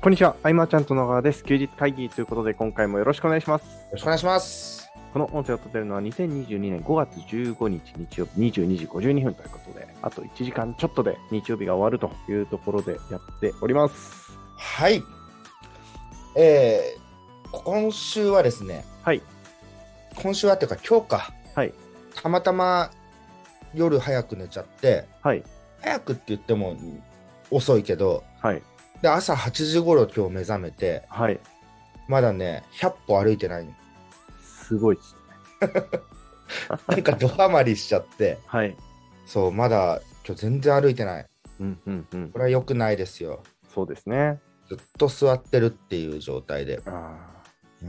こんにちは、あいまちゃんと野川です。休日会議ということで、今回もよろしくお願いします。よろしくお願いします。この音声を立てるのは2022年5月15日日曜日22時52分ということで、あと1時間ちょっとで日曜日が終わるというところでやっております。はい。えー、今週はですね、はい、今週はっていうか今日か、はい、たまたま夜早く寝ちゃって、はい、早くって言っても遅いけど、はい、で朝8時頃今日目覚めて、はい、まだね、100歩歩いてないの。すごいっす。なんかドハマりしちゃって、 はい、そう、まだ今日全然歩いてない。うん、うん、うんこ、れは良くないですよ。そうですね。ずっと座ってるっていう状態で。あうあ、ー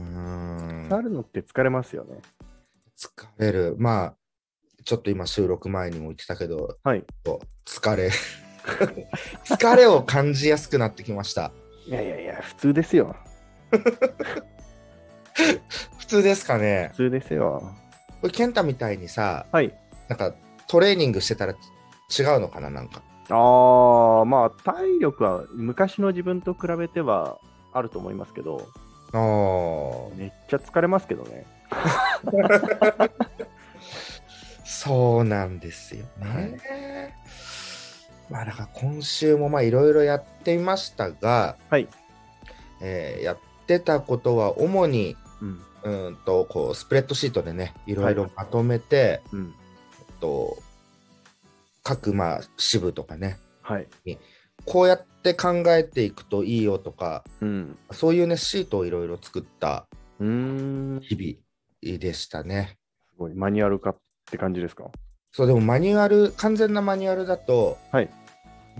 ん。なるのって疲れますよね。疲れる。まあ、ちょっと今収録前にも言ってたけど、はい、と疲れ。 疲れを感じやすくなってきました。いやいやいや、普通ですよ。普通ですかね普。通ですよ。これ、健太みたいにさ、はい。なんかトレーニングしてたら違うのかな、なんか。ああ、まあ体力は昔の自分と比べてはあると思いますけど、あーめっちゃ疲れますけどね。そうなんですよね。まあ、だから今週もまあいろいろやってみましたが、はいえーやってたことは主に、うん。うーんと、こう、スプレッドシートでね、いろいろまとめて、うん。と各まあ支部とかねはい。こうやって考えていくといいよとかうん。そういうねシートをいろいろ作ったうーん。す日々でしたねごい。マニュアル化って感じですかそうでもマニュアル完全なマニュアルだと、はい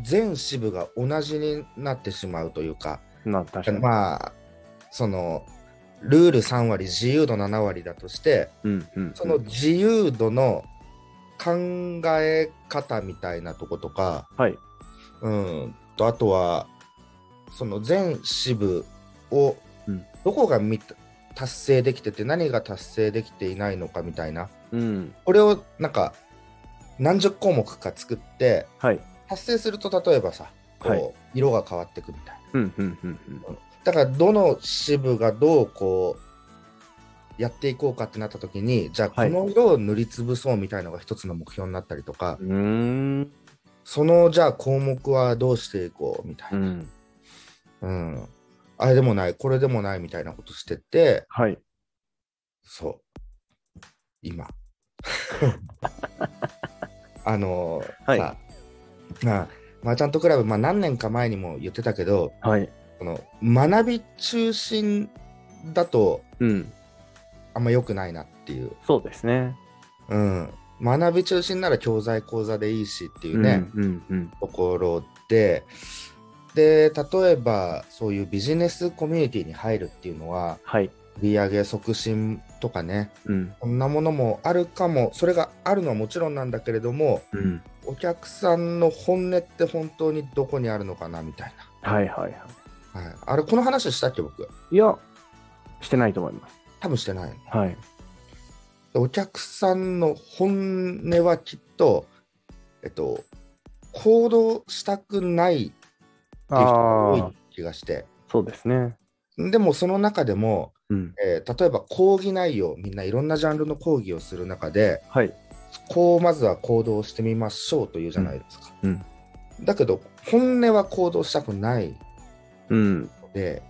全支部が同じになってしまうというかな、確かに。まあそのルール3割自由度7割だとしてうん。うん。そのうん自由度の考え方みたいなとことか、はい。うんとあとはその全支部をうんどこがみ達成できてて何が達成できていないのかみたいなうん。これをなんか何十項目か作ってはい。達成すると例えばさこう、はい色が変わってくみたいなうん。うん。うん。うんだからどの支部がどうこうやっていこうかってなった時にじゃあこはいの色を塗りつぶそうみたいのが一つの目標になったりとか、うーん。そのじゃあ項目はどうしていこうみたいなう。ん。うん、あれでもない、これでもないみたいなことしてて、はい。そう、今。 あのはいさまあ、マーチャントクラブ、まあ、何年か前にも言ってたけど、はい。この学び中心だとうん。あんま良くないなっていう、そうですね。うん、学び中心なら教材講座でいいしっていうね、うん。うん。ところで、で、例えばそういうビジネスコミュニティに入るっていうのは、はい。売上促進とかねうん。こんなものもあるかもそれがあるのはもちろんなんだけれどもうん。お客さんの本音って本当にどこにあるのかなみたいはい。はい。はな、はい、あれこの話したっけ僕い。いや、してないと思います。多分してないのはい。でお客さんの本音はきっとえっと行動したくないっていう人あが多あい、気がしてそうですね。でもその中でも、うん。えー例えば講義内容みんないろんなジャンルの講義をする中で、はい。こうまずは行動してみましょうというじゃないですか。うんだけど本音は行動したくないうん。ので、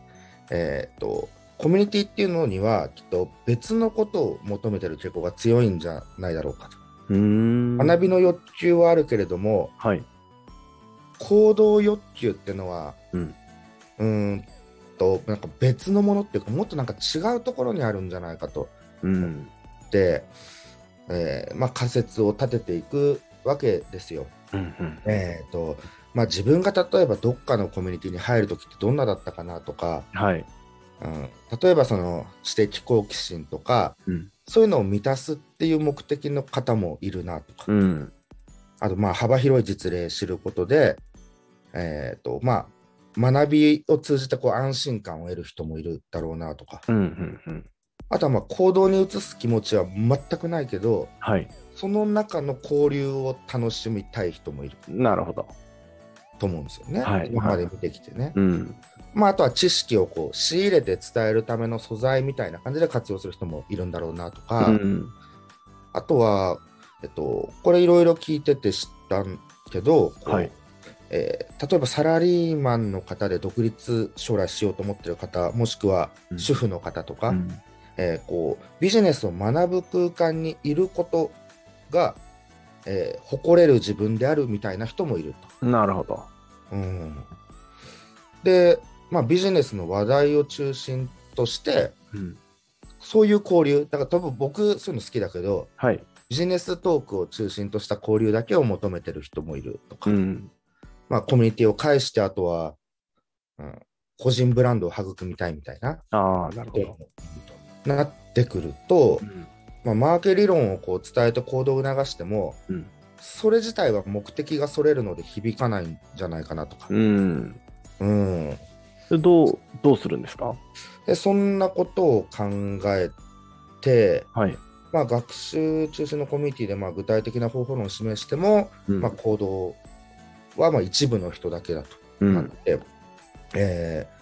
えーっとコミュニティっていうのにはきっと別のことを求めてる傾向が強いんじゃないだろうかと。うーん。学びの欲求はあるけれどもはい。行動欲求っていうのは、うんうーんとなんか別のものっていうかもっとなんか違うところにあるんじゃないかとうん。でえーまあ、仮説を立てていくわけですよ。うん。うん。えーとまあ、自分が例えばどっかのコミュニティに入るときってどんなだったかなとか、はい。うん、例えばその知的好奇心とかうん。そういうのを満たすっていう目的の方もいるなとか、うん。あとまあ幅広い実例知ることで、えーとまあ、学びを通じてこう安心感を得る人もいるだろうなとかうん。うん。うん。あとはまあ行動に移す気持ちは全くないけどはい。その中の交流を楽しみたい人もいる。なるほど。と思うんですよね、はい今まで見てきてね、うん。まあ、あとは知識をこう仕入れて伝えるための素材みたいな感じで活用する人もいるんだろうなとか、うん。あとは、えっと、これいろいろ聞いてて知ったんけど、こうはいえー例えばサラリーマンの方で独立将来しようと思ってる方もしくはうん主婦の方とか、うんえーこうビジネスを学ぶ空間にいることが、えー誇れる自分であるみたいな人もいるなるほど。と。うん、で、まあ、ビジネスの話題を中心としてうん。そういう交流だから多分僕そういうの好きだけどはい。ビジネストークを中心とした交流だけを求めてる人もいるとか、うん。まあ、コミュニティを介してあとは、うん、個人ブランドを育みたいみたいなああ、なるほ人もど。なってくるとう、ん。まあ、マーケ理論をこう伝えて行動を促してもうん。それ自体は目的がそれるので響かないんじゃないかなとか、うん。うんどう、どうするんですかでそんなことを考えて、はい。まあ、学習中心のコミュニティでまあ具体的な方法論を示しても、うんまあ、行動はまあ一部の人だけだと。うなんん。で、えー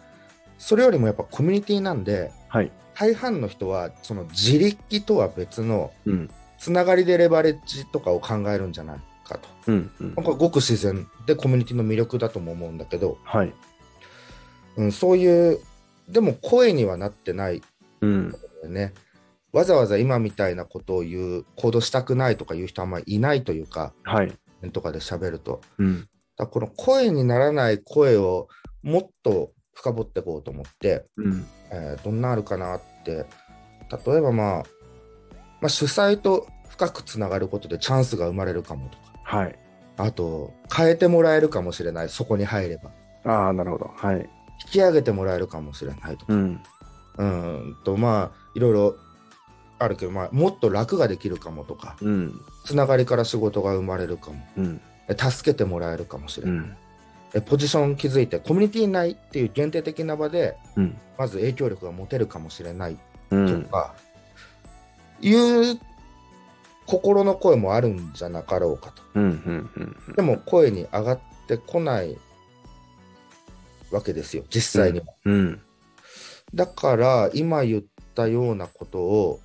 それよりもやっぱコミュニティなんではい。大半の人はその自力とは別のうん。つながりでレバレッジとかを考えるんじゃないかと。うん。うんなんかごく自然でコミュニティの魅力だとも思うんだけど、はい。うん、そういうでも声にはなってないうん。よねわざわざ今みたいなことを言う行動したくないとかいう人あんまりいないというかはい。とかで喋るとうん。だからこの声にならない声をもっと深掘っていこうと思って、うん。えーどんなあるかなって例えば、まあ、まあ主催と深くつながることでチャンスが生まれるかもとかはい。あと変えてもらえるかもしれないそこに入ればああ、なるほど。はい。引き上げてもらえるかもしれないとか、うん。うーんとまあいろいろあるけど、まあ、もっと楽ができるかもとかうん。つながりから仕事が生まれるかもうん。え助けてもらえるかもしれうない、ん。えポジション気づいてコミュニティ内っていう限定的な場でうん。まず影響力が持てるかもしれないうとん。か、いう心の声もあるんじゃなかろうかとうん。うん。うん。でも声に上がってこないわけですよ実際には、うん。だから今言ったようなことを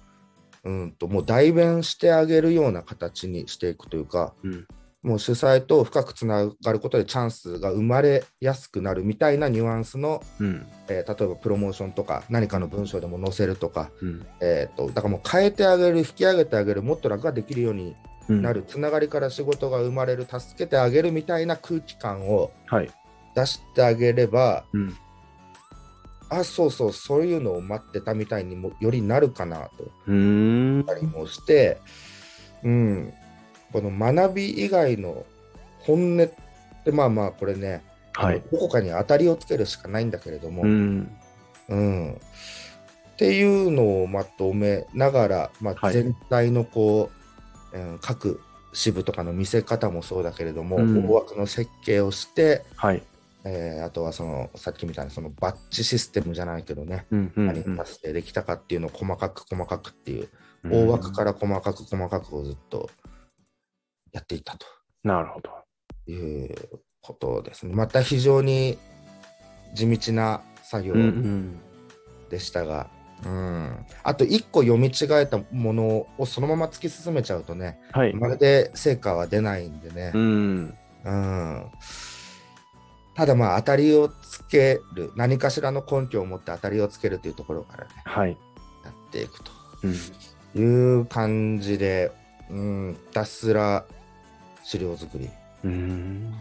うんともう代弁してあげるような形にしていくというかうん。もう主催と深くつながることでチャンスが生まれやすくなるみたいなニュアンスの、うん。えー例えばプロモーションとか何かの文章でも載せるとか、うん。えー、とだからもう変えてあげる引き上げてあげるもっと楽ができるようにうん。なる、。つながりから仕事が生まれる助けてあげるみたいな空気感をはい。出してあげればうん。あそうそうそういうのを待ってたみたいにもよりなるかなとうん。ったりもして、うん、この学び以外の本音ってまあまあこれね、はい。どこかに当たりをつけるしかないんだけれども、ううんん。っていうのをまとめながら、まあ、はい全体のこう、うん各支部とかの見せ方もそうだけれども、うん大枠の設計をして、はい。えーあとはそのさっきみたいなそのバッジシステムじゃないけどね、うん。う何ん。達成できたかっていうのを細かく細かくっていう大枠から細かく細かくをずっとやっていたなるほど。ということですね。また非常に地道な作業うん。でしたが、うんあと一個読み違えたものをそのまま突き進めちゃうとね、はい。まるで成果は出ないんでねう、ん。うんただまあ当たりをつける、何かしらの根拠を持って当たりをつけるというところからね、はい。やっていくと。うん。いう感じで、うん、ひたすら資料作り。うん。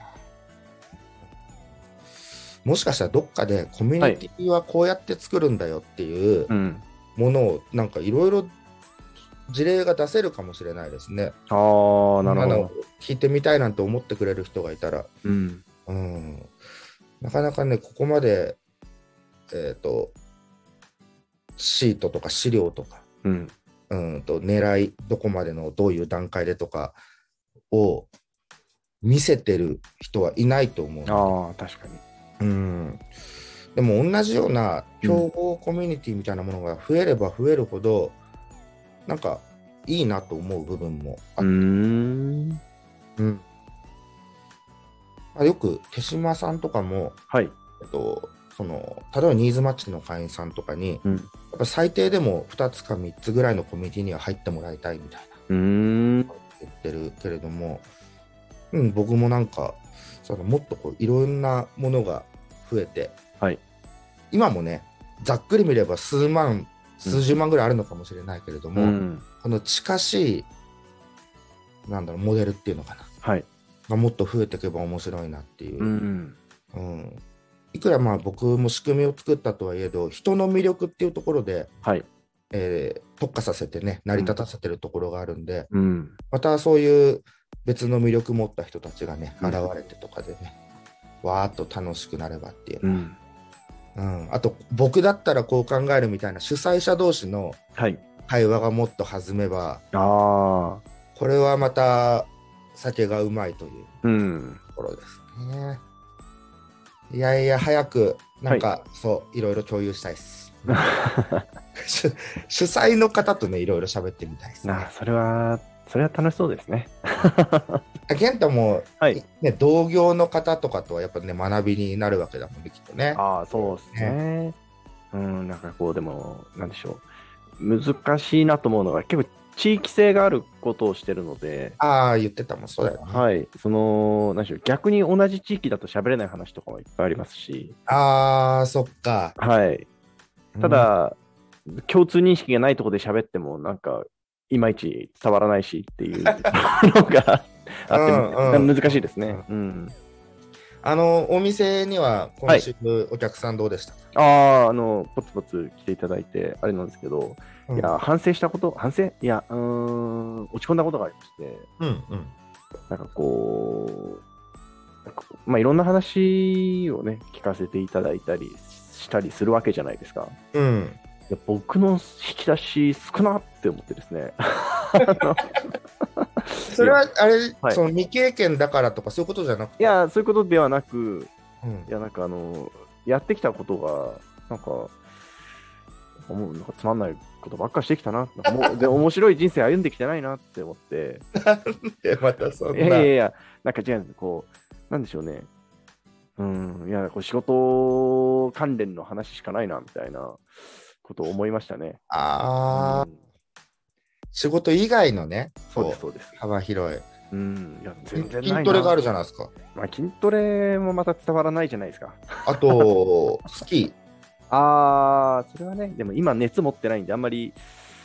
もしかしたらどっかでコミュニティはこうやって作るんだよっていううん。ものをなんかいろいろ事例が出せるかもしれないですね。ああ、なるあほのど。聞いてみたいなんて思ってくれる人がいたら、うん。うん、なかなかねここまで、えっとシートとか資料とかうん。うんと狙いどこまでのどういう段階でとかを見せてる人はいないと思うのああ、確かに。で、うん、でも同じような競合コミュニティみたいなものが増えれば増えるほど、なんかいいなと思う部分もあっうん。うんまあよく手島さんとかも、はい。えっと、その例えばニーズマッチの会員さんとかに、うんやっぱ最低でも2つか3つぐらいのコミュニティには入ってもらいたいみたいなうーん。言ってるけれども、うん、僕もなんかそのもっとこういろんなものが増えて、はい今もねざっくり見れば数万数十万ぐらいあるのかもしれないけれども、うん。この近しいなんだろうモデルっていうのかなはい。がもっと増えていけば面白いなっていうう、ん。うんいくらまあ僕も仕組みを作ったとはいえど人の魅力っていうところで、はい。えー特化させてね成り立たせてるところがあるんで、うん。またそういう別の魅力持った人たちがねうん現れてとかでね、わーっと楽しくなればっていう、うん。うんあと僕だったらこう考えるみたいな主催者同士のはい。会話がもっと弾めばああ。これはまた酒がうまいといううん。ところですねいやいや早くなんか、そういろいろ共有したいです 主主催の方とねいろいろ喋ってみたいですねああ、それは、それは楽しそうですね。健太も、はいね、同業の方とかとはやっぱね学びになるわけだもんねきっとね。ああ、そうですね。うん、なんかこう、でも、なんでしょう。難しいなと思うのが、結構地域性があることをしてるので、ああ言ってたもんそうだよね。はい、その、なんでしょう、逆に同じ地域だと喋れない話とかもいっぱいありますし、ああそっか。はい、たうんだ、共通認識がないところで喋っても、なんか、いまいち伝わらないしっていうのがあうんっうて、ん難しいですね。うん、あのお店には今週お客さんどうでしたか、ああ、あの、ポツポツ来ていただいて、あれなんですけど、うんいや、反省したこと、反省いや、うーん、落ち込んだことがありまして、うんうんなんかこう、なんかこうまあ、いろんな話をね、聞かせていただいたりしたりするわけじゃないですか。うんいや僕の引き出し少なって思ってですね。 それはあれ、はいその未経験だからとかそういうことじゃなくていや、そういうことではなく、うんいや、なんかあの、やってきたことが、なんか、もうなんかつまんないことばっかしてきたな。なんかもうで、面白い人生歩んできてないなって思って。で またそんいなやいやいや、なんか違うんですこう、なんでしょうね。うん、いや、こう仕事関連の話しかないな、みたいなことを思いましたね。ああ、うん仕事以外のねそうです、こそうですう。幅広いうん、いや、全然ないな筋トレがあるじゃないですかまあ、筋トレもまた伝わらないじゃないですか。あとスキあー、それはね、でも今熱持ってないんで、あんまり。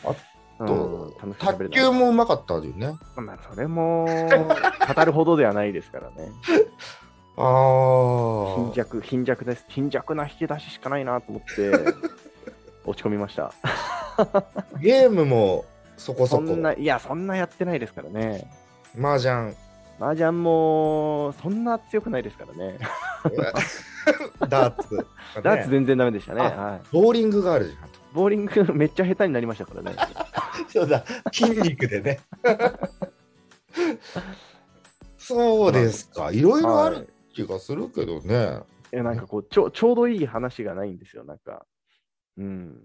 ーとうん楽しく喋れない卓球もうまかったよねまあ、それも語るほどではないですから ね。あ貧あ弱、貧弱です。貧弱な引き出ししかないなと思 って、落ち込みました。 ゲームもそこそそこんな、いや、そんなやってないですからね。麻 雀麻雀も、そんな強くないですからね。ダーツ、ダーツ全然ダメでしたね。あはい、ボーリングがあるじゃんボーリングめっちゃ下手になりましたからね。 そうだ筋肉でね そうですかいろいろあはいる気がするけどね、いやなんかこうちょ、ちょうどいい話がないんですよ、なんか。うん。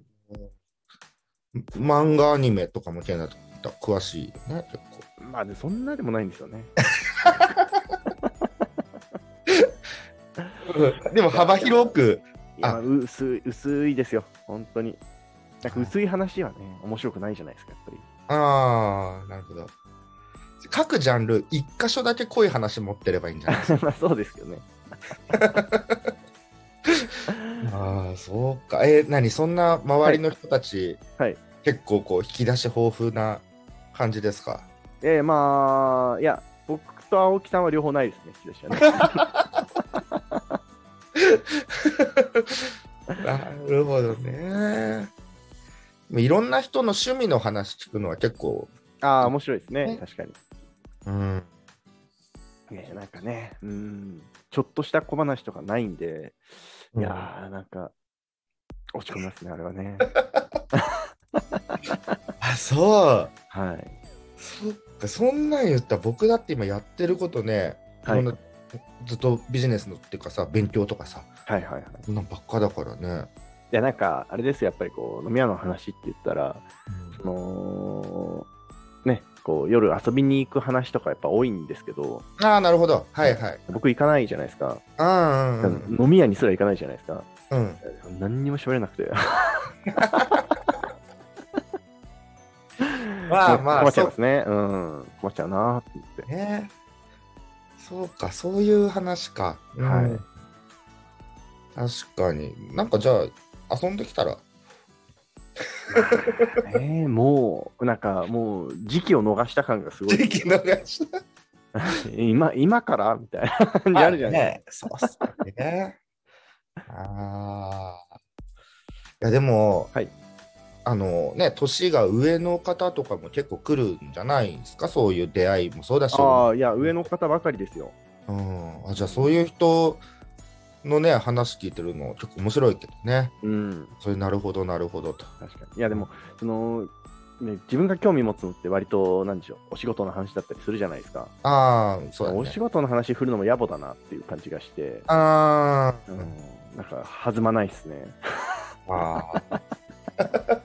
漫画アニメとかも健太と詳しいよね結構まあ、でそんなでもないんですよね。でも幅広く、いやあ薄い、薄いですよ、本当に。なんか薄い話はね、面白くないじゃないですか、やっぱり。 ああ、なるほど。各ジャンル、一箇所だけ濃い話持ってればいいんじゃないですまあ、そうですけどね。か。ああ、そうか。えー、何そんな周りの人たち、はいはい結構こう、引き出し豊富な感じですか。ええまあ、いや、僕と青木さんは両方ないですね、引き出しは ね。なるほどね。いろんな人の趣味の話聞くのは結構、ああ、面白いですねね、確かに。うん、ねなんかね、うん、ちょっとした小話とかないんで、うんいやー、なんか、落ち込みますね、あれは ね。あ、そう。はい。そっか、そんなん言ったら僕だって今やってることね、はいいろんなずっとビジネスのっていうかさ、勉強とかさ、はいはいはい。そんなんばっかだからね。いや、なんか、あれですよ、やっぱりこう、飲み屋の話って言ったら、その、ね、こう夜遊びに行く話とかやっぱ多いんですけど、ああ、なるほど。はいはい。僕行かないじゃないですか。うんうん飲み屋にすら行かないじゃないですか。うん。うん。何にも喋れなくて。 まあま 困あ、っちゃそいうますね。うん。困っちゃうなって 言って。ね。そうか、そういう話か。うんはい。確かに。なんかじゃあ、遊んで きたら。えー、もう、なんかもう時期を逃した感がすごい。時期逃し今、今からみたいな感じた。あるじゃないね。そうっすね。 ああ。いや、でも、はいあのね、年が上の方とかも結構来るんじゃないですか、そういう出会いもそうだし。ああ、いや、上の方ばかりですよ。うん、あじゃあそういう人のね話聞いてるの結構面白いけどねうん。それなるほどなるほどと確かに。いや、でも、その、ね、自分が興味持つのって割と、なんでしょう、お仕事の話だったりするじゃないですか。ああそうだおね仕事の話振るのも野暮だなっていう感じがして、あうー、ん、なんか弾まないですね。あー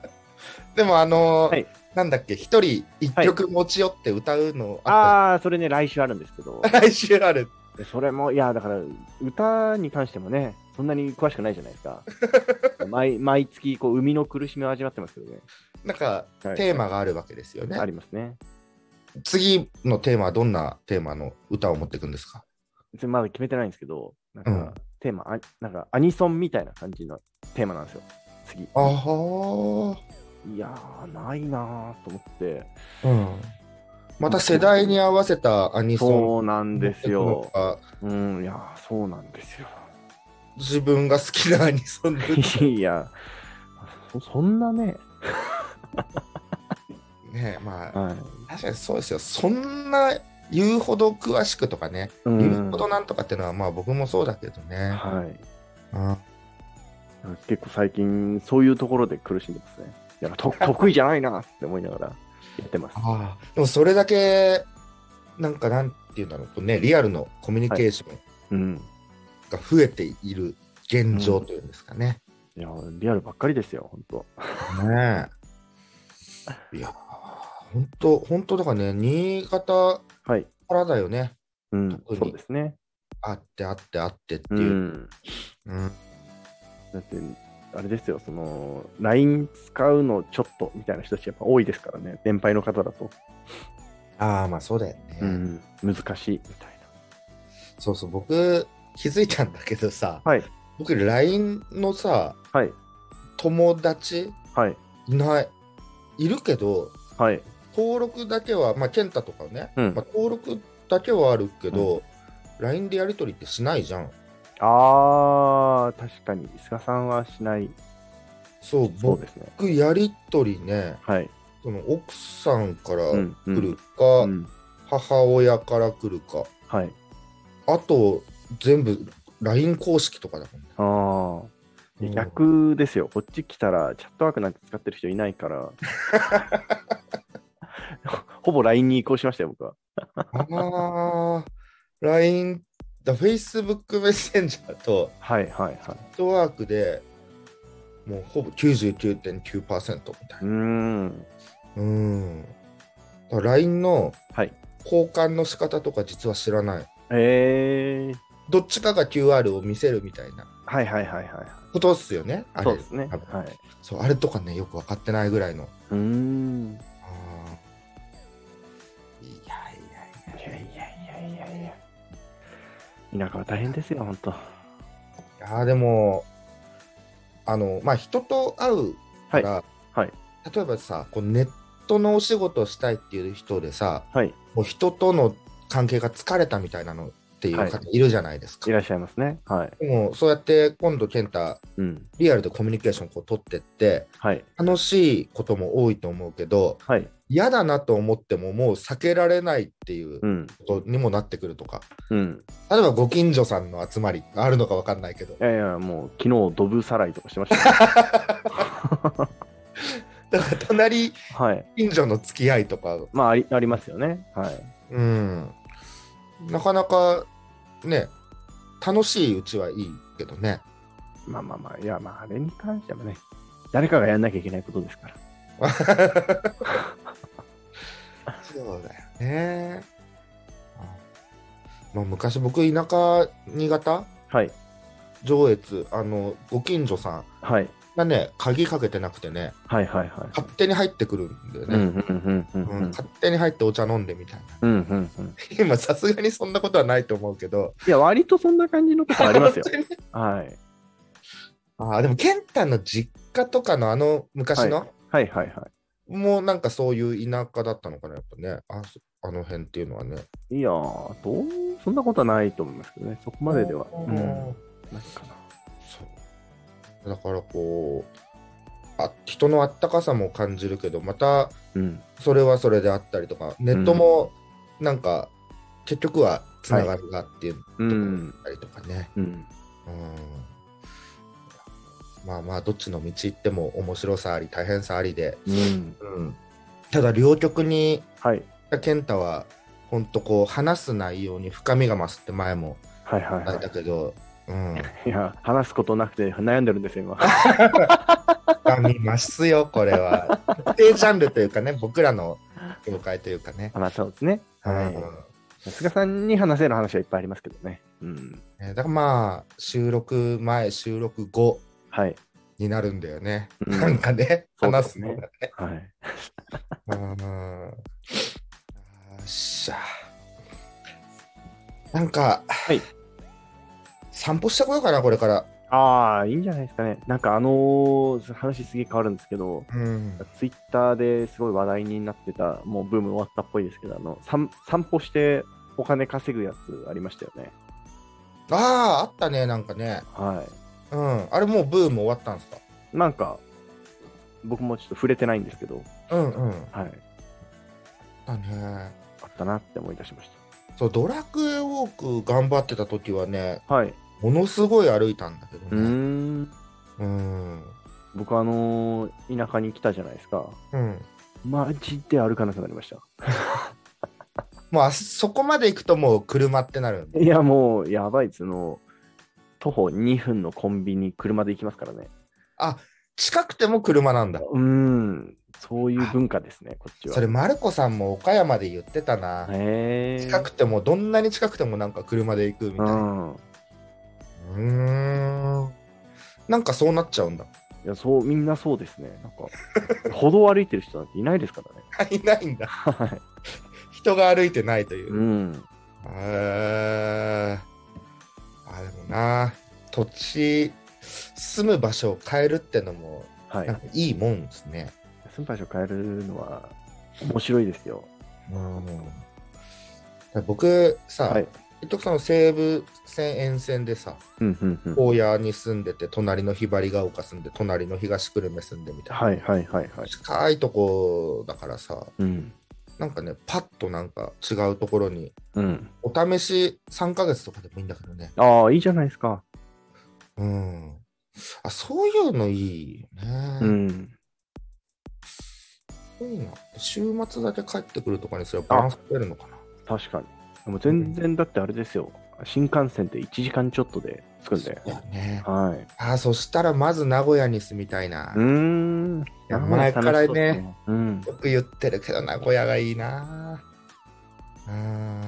でもあのーはいなんだっけ一人一曲持ち寄って歌うの あっああ、それね、来週あるんですけ どた、、来週あるでそれも、いや、だから、歌に関してもね、そんなに詳しくないじゃないです か。毎毎月、こう、生みの苦しみを味わってますけどね。なんか、はいテーマがあるわけですよね、ありますね。次のテーマはどんなテーマの歌を持っていくんですか別にまだ決めてないんですけど、なんか、うんテーマあ、なんか、アニソンみたいな感じのテーマなんですよ、次。ああいやー、ないなーと思って。うんまた世代に合わせたアニソンそうなんですよ。あうん、いやー、そうなんですよ。 自分が好きなアニソンでいや、そそんなね、ねまあはい。確かにそうですよそんな言うほど詳しくとかね、うん言うほどなんとかっていうのはまあ僕もそうだけどね、はい。うん結構最近、そういうところで苦しんでますね。いやと 得意じゃないなって思いながらやってます。ああでもそれだけなんかなんていうんだろうとねリアルのコミュニケーションうん。が増えている現状というんですかね、いや、リアルばっかりですよ、本当。ねえいや本当本当だからね新潟はい。からだよねうん、特にそうですね。あってあってあってってういう、ん。うんだって、あれですよ、その、LINE 使うのちょっとみたいな人たちやっぱ多いですからね、年配の方だと。ああまあそうだよね、うん、難しいみたいそうそう、僕、気づいたんだけどさ、はい僕、LINE のさ、な。はい。友達はい。いない、いるけど、はい。登録だけは、まあ、健太とかね、うんまあ、登録だけはあるけど、LINE でやり取りってしないじゃん。あー、確かに、菅さんはしない。そう、そうですね。僕、やり取りね、はい。その奥さんからうんう来んるか、うん。母親から来るか、はい。あと、全部 LINE 公式とかだもんね。あー。うん逆ですよ、こっち来たらチャットワークなんて使ってる人いない から、ほぼ LINE に移行しましたよ、僕は。ああ、LINE だ、Facebook メッセンジャーとはいはいはい。ネットワークでもうほぼ99.9%みたいーうな。ん。うん。だから LINE のはい。交換の仕方とか実は知らない。えー。どっちかが QR を見せるみたいなはいはいはいはい。ことっすよね。あれそうですね。多分はい。そう、あれとかね、よく分かってないぐらいの。うーん。あーいやいいやいややいいやいやいやいや。田舎は大変ですよ、本当。や。いやーでも、あの、まあ、人と会うはい。からはい。例えばさこうネットのお仕事をしたいっていう人でさはい。もう人との関係が疲れたみたいなのっていう方はいるじゃないですいか、らっしゃいますね。はい。でもそうやって今度健太うん。リアルでコミュニケーションこう取ってってはい。楽しいことも多いと思うけどはい。嫌だなと思ってももう避けられないっていううん。ことにもなってくるとかうん。例えばご近所さんの集まりあるのか分かんないけどいやいや、もう、昨日、ドブさらいとかしてま したよ。だから隣はい。近所の付き合いとかまあ、ありありますよね。はい。うん、なかなかね、楽しいうちはいいけどね。まあまあまあ、いや、まあ、あれに関してはね、誰かがやんなきゃいけないことですから。そそうだよね。まあ、昔僕、田舎、新潟、はい。上越、あの、ご近所さんはい。がね、鍵かけてなくてね、はいはいはい。勝手に入ってくるんだようんね。うんうんううんんうん。勝手に入ってお茶飲んでみたいうな。 んうんうん。今、さすがにそんなことはないと思うけど。。いや、割とそんな感じのとこありますよ本当にねはい。 ああ、でも、健太の実家とかのあの昔の、はいはいはもうなんかそういう田舎だったのかな、やっぱね。あそあの辺っていうのはね。い。いやー、どうそんなことはないと思いますけどね。そこまででは。ううんん。ないかな。そう。だからこう、あ人のあったかさも感じるけど、またうん。それはそれであったりとか、ネットもなんか、結局はつながりがっていうとこうろんだ。ったりとかね。うん。うんまあまあ、どっちの道行っても面白さあり、大変さありで、うん。ただ両極に、はい。健太は、ほんとこう、話す内容に深みが増すって前もはいはいあはれだけど、うん。い。いや、話すことなくて悩んでるんですよ、今。深みま すよ、これは。特定ジャンルというかね、僕らの業界というかね。話そうですね。うんは。い。菅さんに話せる話はいっぱいありますけどね。うん。ねだからまあ、収録前、収録後はい。になるんだよね。うんなんかね、そうで話すすねのがね。はい。うんよっしゃ。なんか、はい散歩してこようかな、これから。ああ、いいんじゃないですかね。なんかあのー話すげえ変わるんですけど、うん。ツイッターですごい話題になってた、もうブーム終わったっぽいですけど、あの、散散歩してお金稼ぐやつありましたよね。ああ、あったね、なんかね。はうん。あれもうブーム終わったんですかい。なんか、僕もちょっと触れてないんですけど、うんうん。はい。だね。あったなって思い出しましそう、ドラクエウォーク頑張ってた時はね、た。はい。ものすごい歩いたんだけどうーね。ん。うん。僕あのー田舎に来たじゃないですか。うん。マジで歩かなくなりました。もうあそこまで行くともう車ってなるんで。いや、もう、やばいっつうの。徒歩2分のコンビニ、車で行きますからね。近くても車なんだ。うーん。そういう文化ですね、こっちは。それ、マルコさんも岡山で言ってたな。へえ。近くても、どんなに近くてもなんか車で行くみたいうな。ん。うーん。なんかそうなっちゃうんだ。いや、そう、みんなそうですね。なんか、歩道を歩いてる人なんていないですからね。 いないんだ。はい。人が歩いてないというう。ん。へーあ、でもな、土地、住む場所を変えるってのも、はいなん。かいいもんですね。住む場所変えるのは面白いですよ。うん僕さ、はい。一徳さんの西武線沿線でさ、うんうんうん。大谷に住んでて、隣のひばりが丘住んで、隣の東久留米住んでみたいな。はいはいはいはい。近いとこだからさ、うん。なんかね、パッとなんか違うところに、うん。お試し3ヶ月とかでもいいんだけどね。ああ、いいじゃないですか。うん。あ、そういうのいいよね。うん。そういうの週末だけ帰ってくるとかにすればバランス取れるのかな。確かに。でも全然だってあれですよ。新幹線って1時間ちょっとで着くんで。そうだね。はい。あ、そしたらまず名古屋に住みたいな。うーん。や前からね。うん。よく言ってるけど、名古屋がいいな。うん。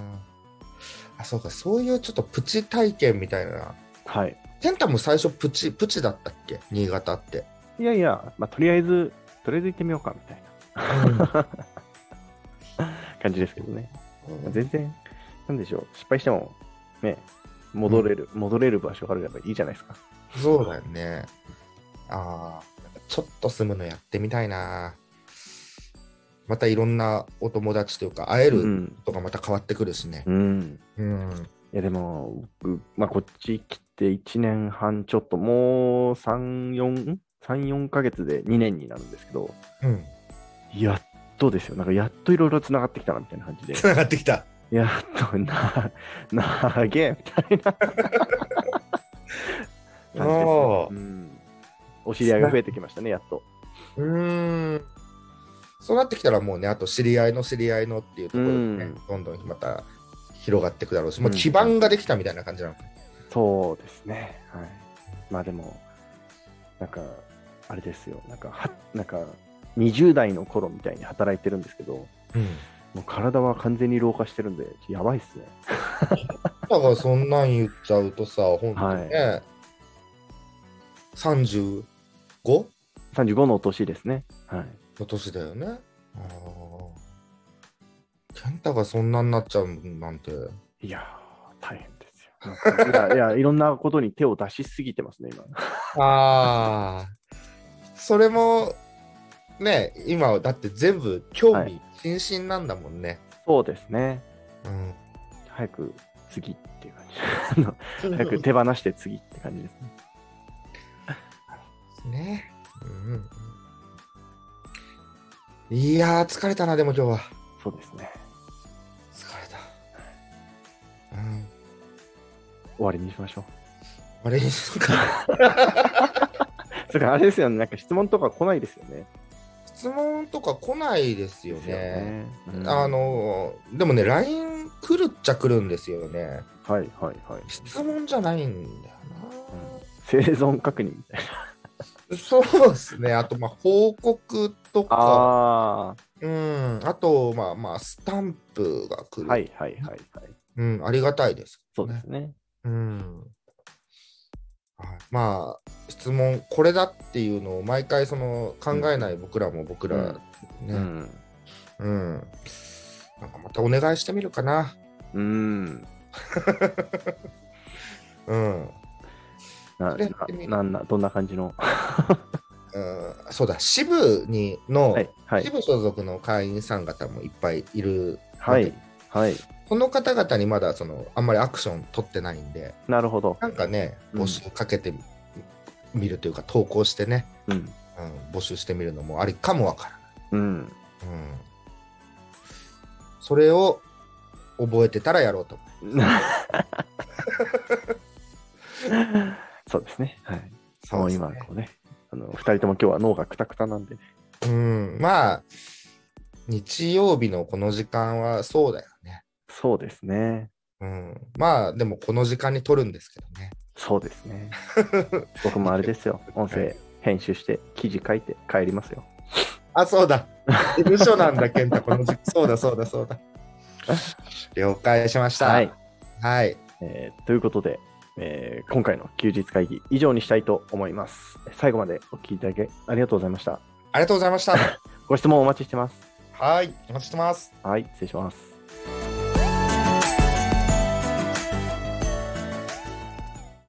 あ、そうか、そういうちょっとプチ体験みたいな。はい。健太も最初プチ、プチだったっけ新潟って。いやいや、まあ、とりあえず、とりあえず行ってみようかみたいな感じですけどね。 まあ全然、なんでしょう、失敗しても、ね、戻れる、戻れる場所があればいいじゃないですか。そうだよね。ああ、ちょっと住むのやってみたいな。またいろんなお友達というか、会えうるん。とかまた変わってくるしね。うん。うん。いや、でも、僕、まあ、こっち来て1年半ちょっと、もう3、4、ん3、4ヶ月で2年になるんですけど、うん。やっとですよ。なんか、やっといろいろ繋がってきたな、みたいな感 じで。つながってきた。やっと、な、なげえ、みたい な感じですねお。うーん。お知り合いが増えてきましたね、やっと。うーん。そうなってきたらもうね、あと知り合いの知り合いのっていうところでね、うんどんどんまた広がっていくだろうし、もううん基盤ができたみたいな感じなの。そうですね。はい。まあでも、なんか、あれですよ。なんか、はなんか20代の頃みたいに働いてるんですけど、うん。もう体は完全に老化してるんで、やばいっすね。だからそんなん言っちゃうとさ、本当にね、35? 35のお年ですね。はい。の年だよね。あー健太がそんなになっちゃうなんて。いやー、大変ですよ。なんかいや、いやいろんなことに手を出しすぎてますね、今。ああ。それも、ね、今はだって全部興は味い津々なんだもんね。そうですね。うん。早く次っていう感じ。あの早く手放して次って感じですね。ね。うん。いやー、疲れたな、でも今日は。そうですね。疲れた。うん。終わりにしましょう。あれですかそれからあれですよね、なんか質問とか来ないですよね。質問とか来ないですよですよね。ねうんあのー、でもね、LINE 来るっちゃ来るんですよね。はいはいはい。質問じゃないんだようん生存確認みたいな。な。そうですね。あと、まあ、報告とあか、うん。あと、まあまあ、スタンプがあ、来る。はいはいはいはい。うん、ありがたいです、そうですね。うんはいまあ質問これだっていうのを毎回その考えない僕らも僕らね、ううんん。なんかまたお願いしてみるかなうん。うん、うん、な、そなれやってみるなんな、どんな感じ の。そうだ支部にの、はいは支い。部所属の会員さん方もいっぱいいるはい。はい。この方々にまだそのあんまりアクション取ってないんでなるほど。なんかねうん募集かけてみ,、るというか投稿してね、うん。うん、募集してみるのもありかもわからないうん。 うんそれを覚えてたらやろうと。そうですね。はい。そもうですね今、こうね。あの、二人とも今日は脳がクタクタなんでね。うん、まあ、日曜日のこの時間はそうだよね。そうですね。うん、まあ、でもこの時間に撮るんですけどね。そうです ね。僕もあれですよ。音声編集して、記事書いて帰りますよ。あ、そうだ。事務所なんだ、健太、この時間。そうだ、そうだ、そうだ。了解しました。はい。。はい。えーということで、えー今回の休日会議以上にしたいと思います。最後までお聞きいただきありがとうございました。ありがとうございました。ご質問お待ちしてます。はい。お待ちしてます。はい、失礼します。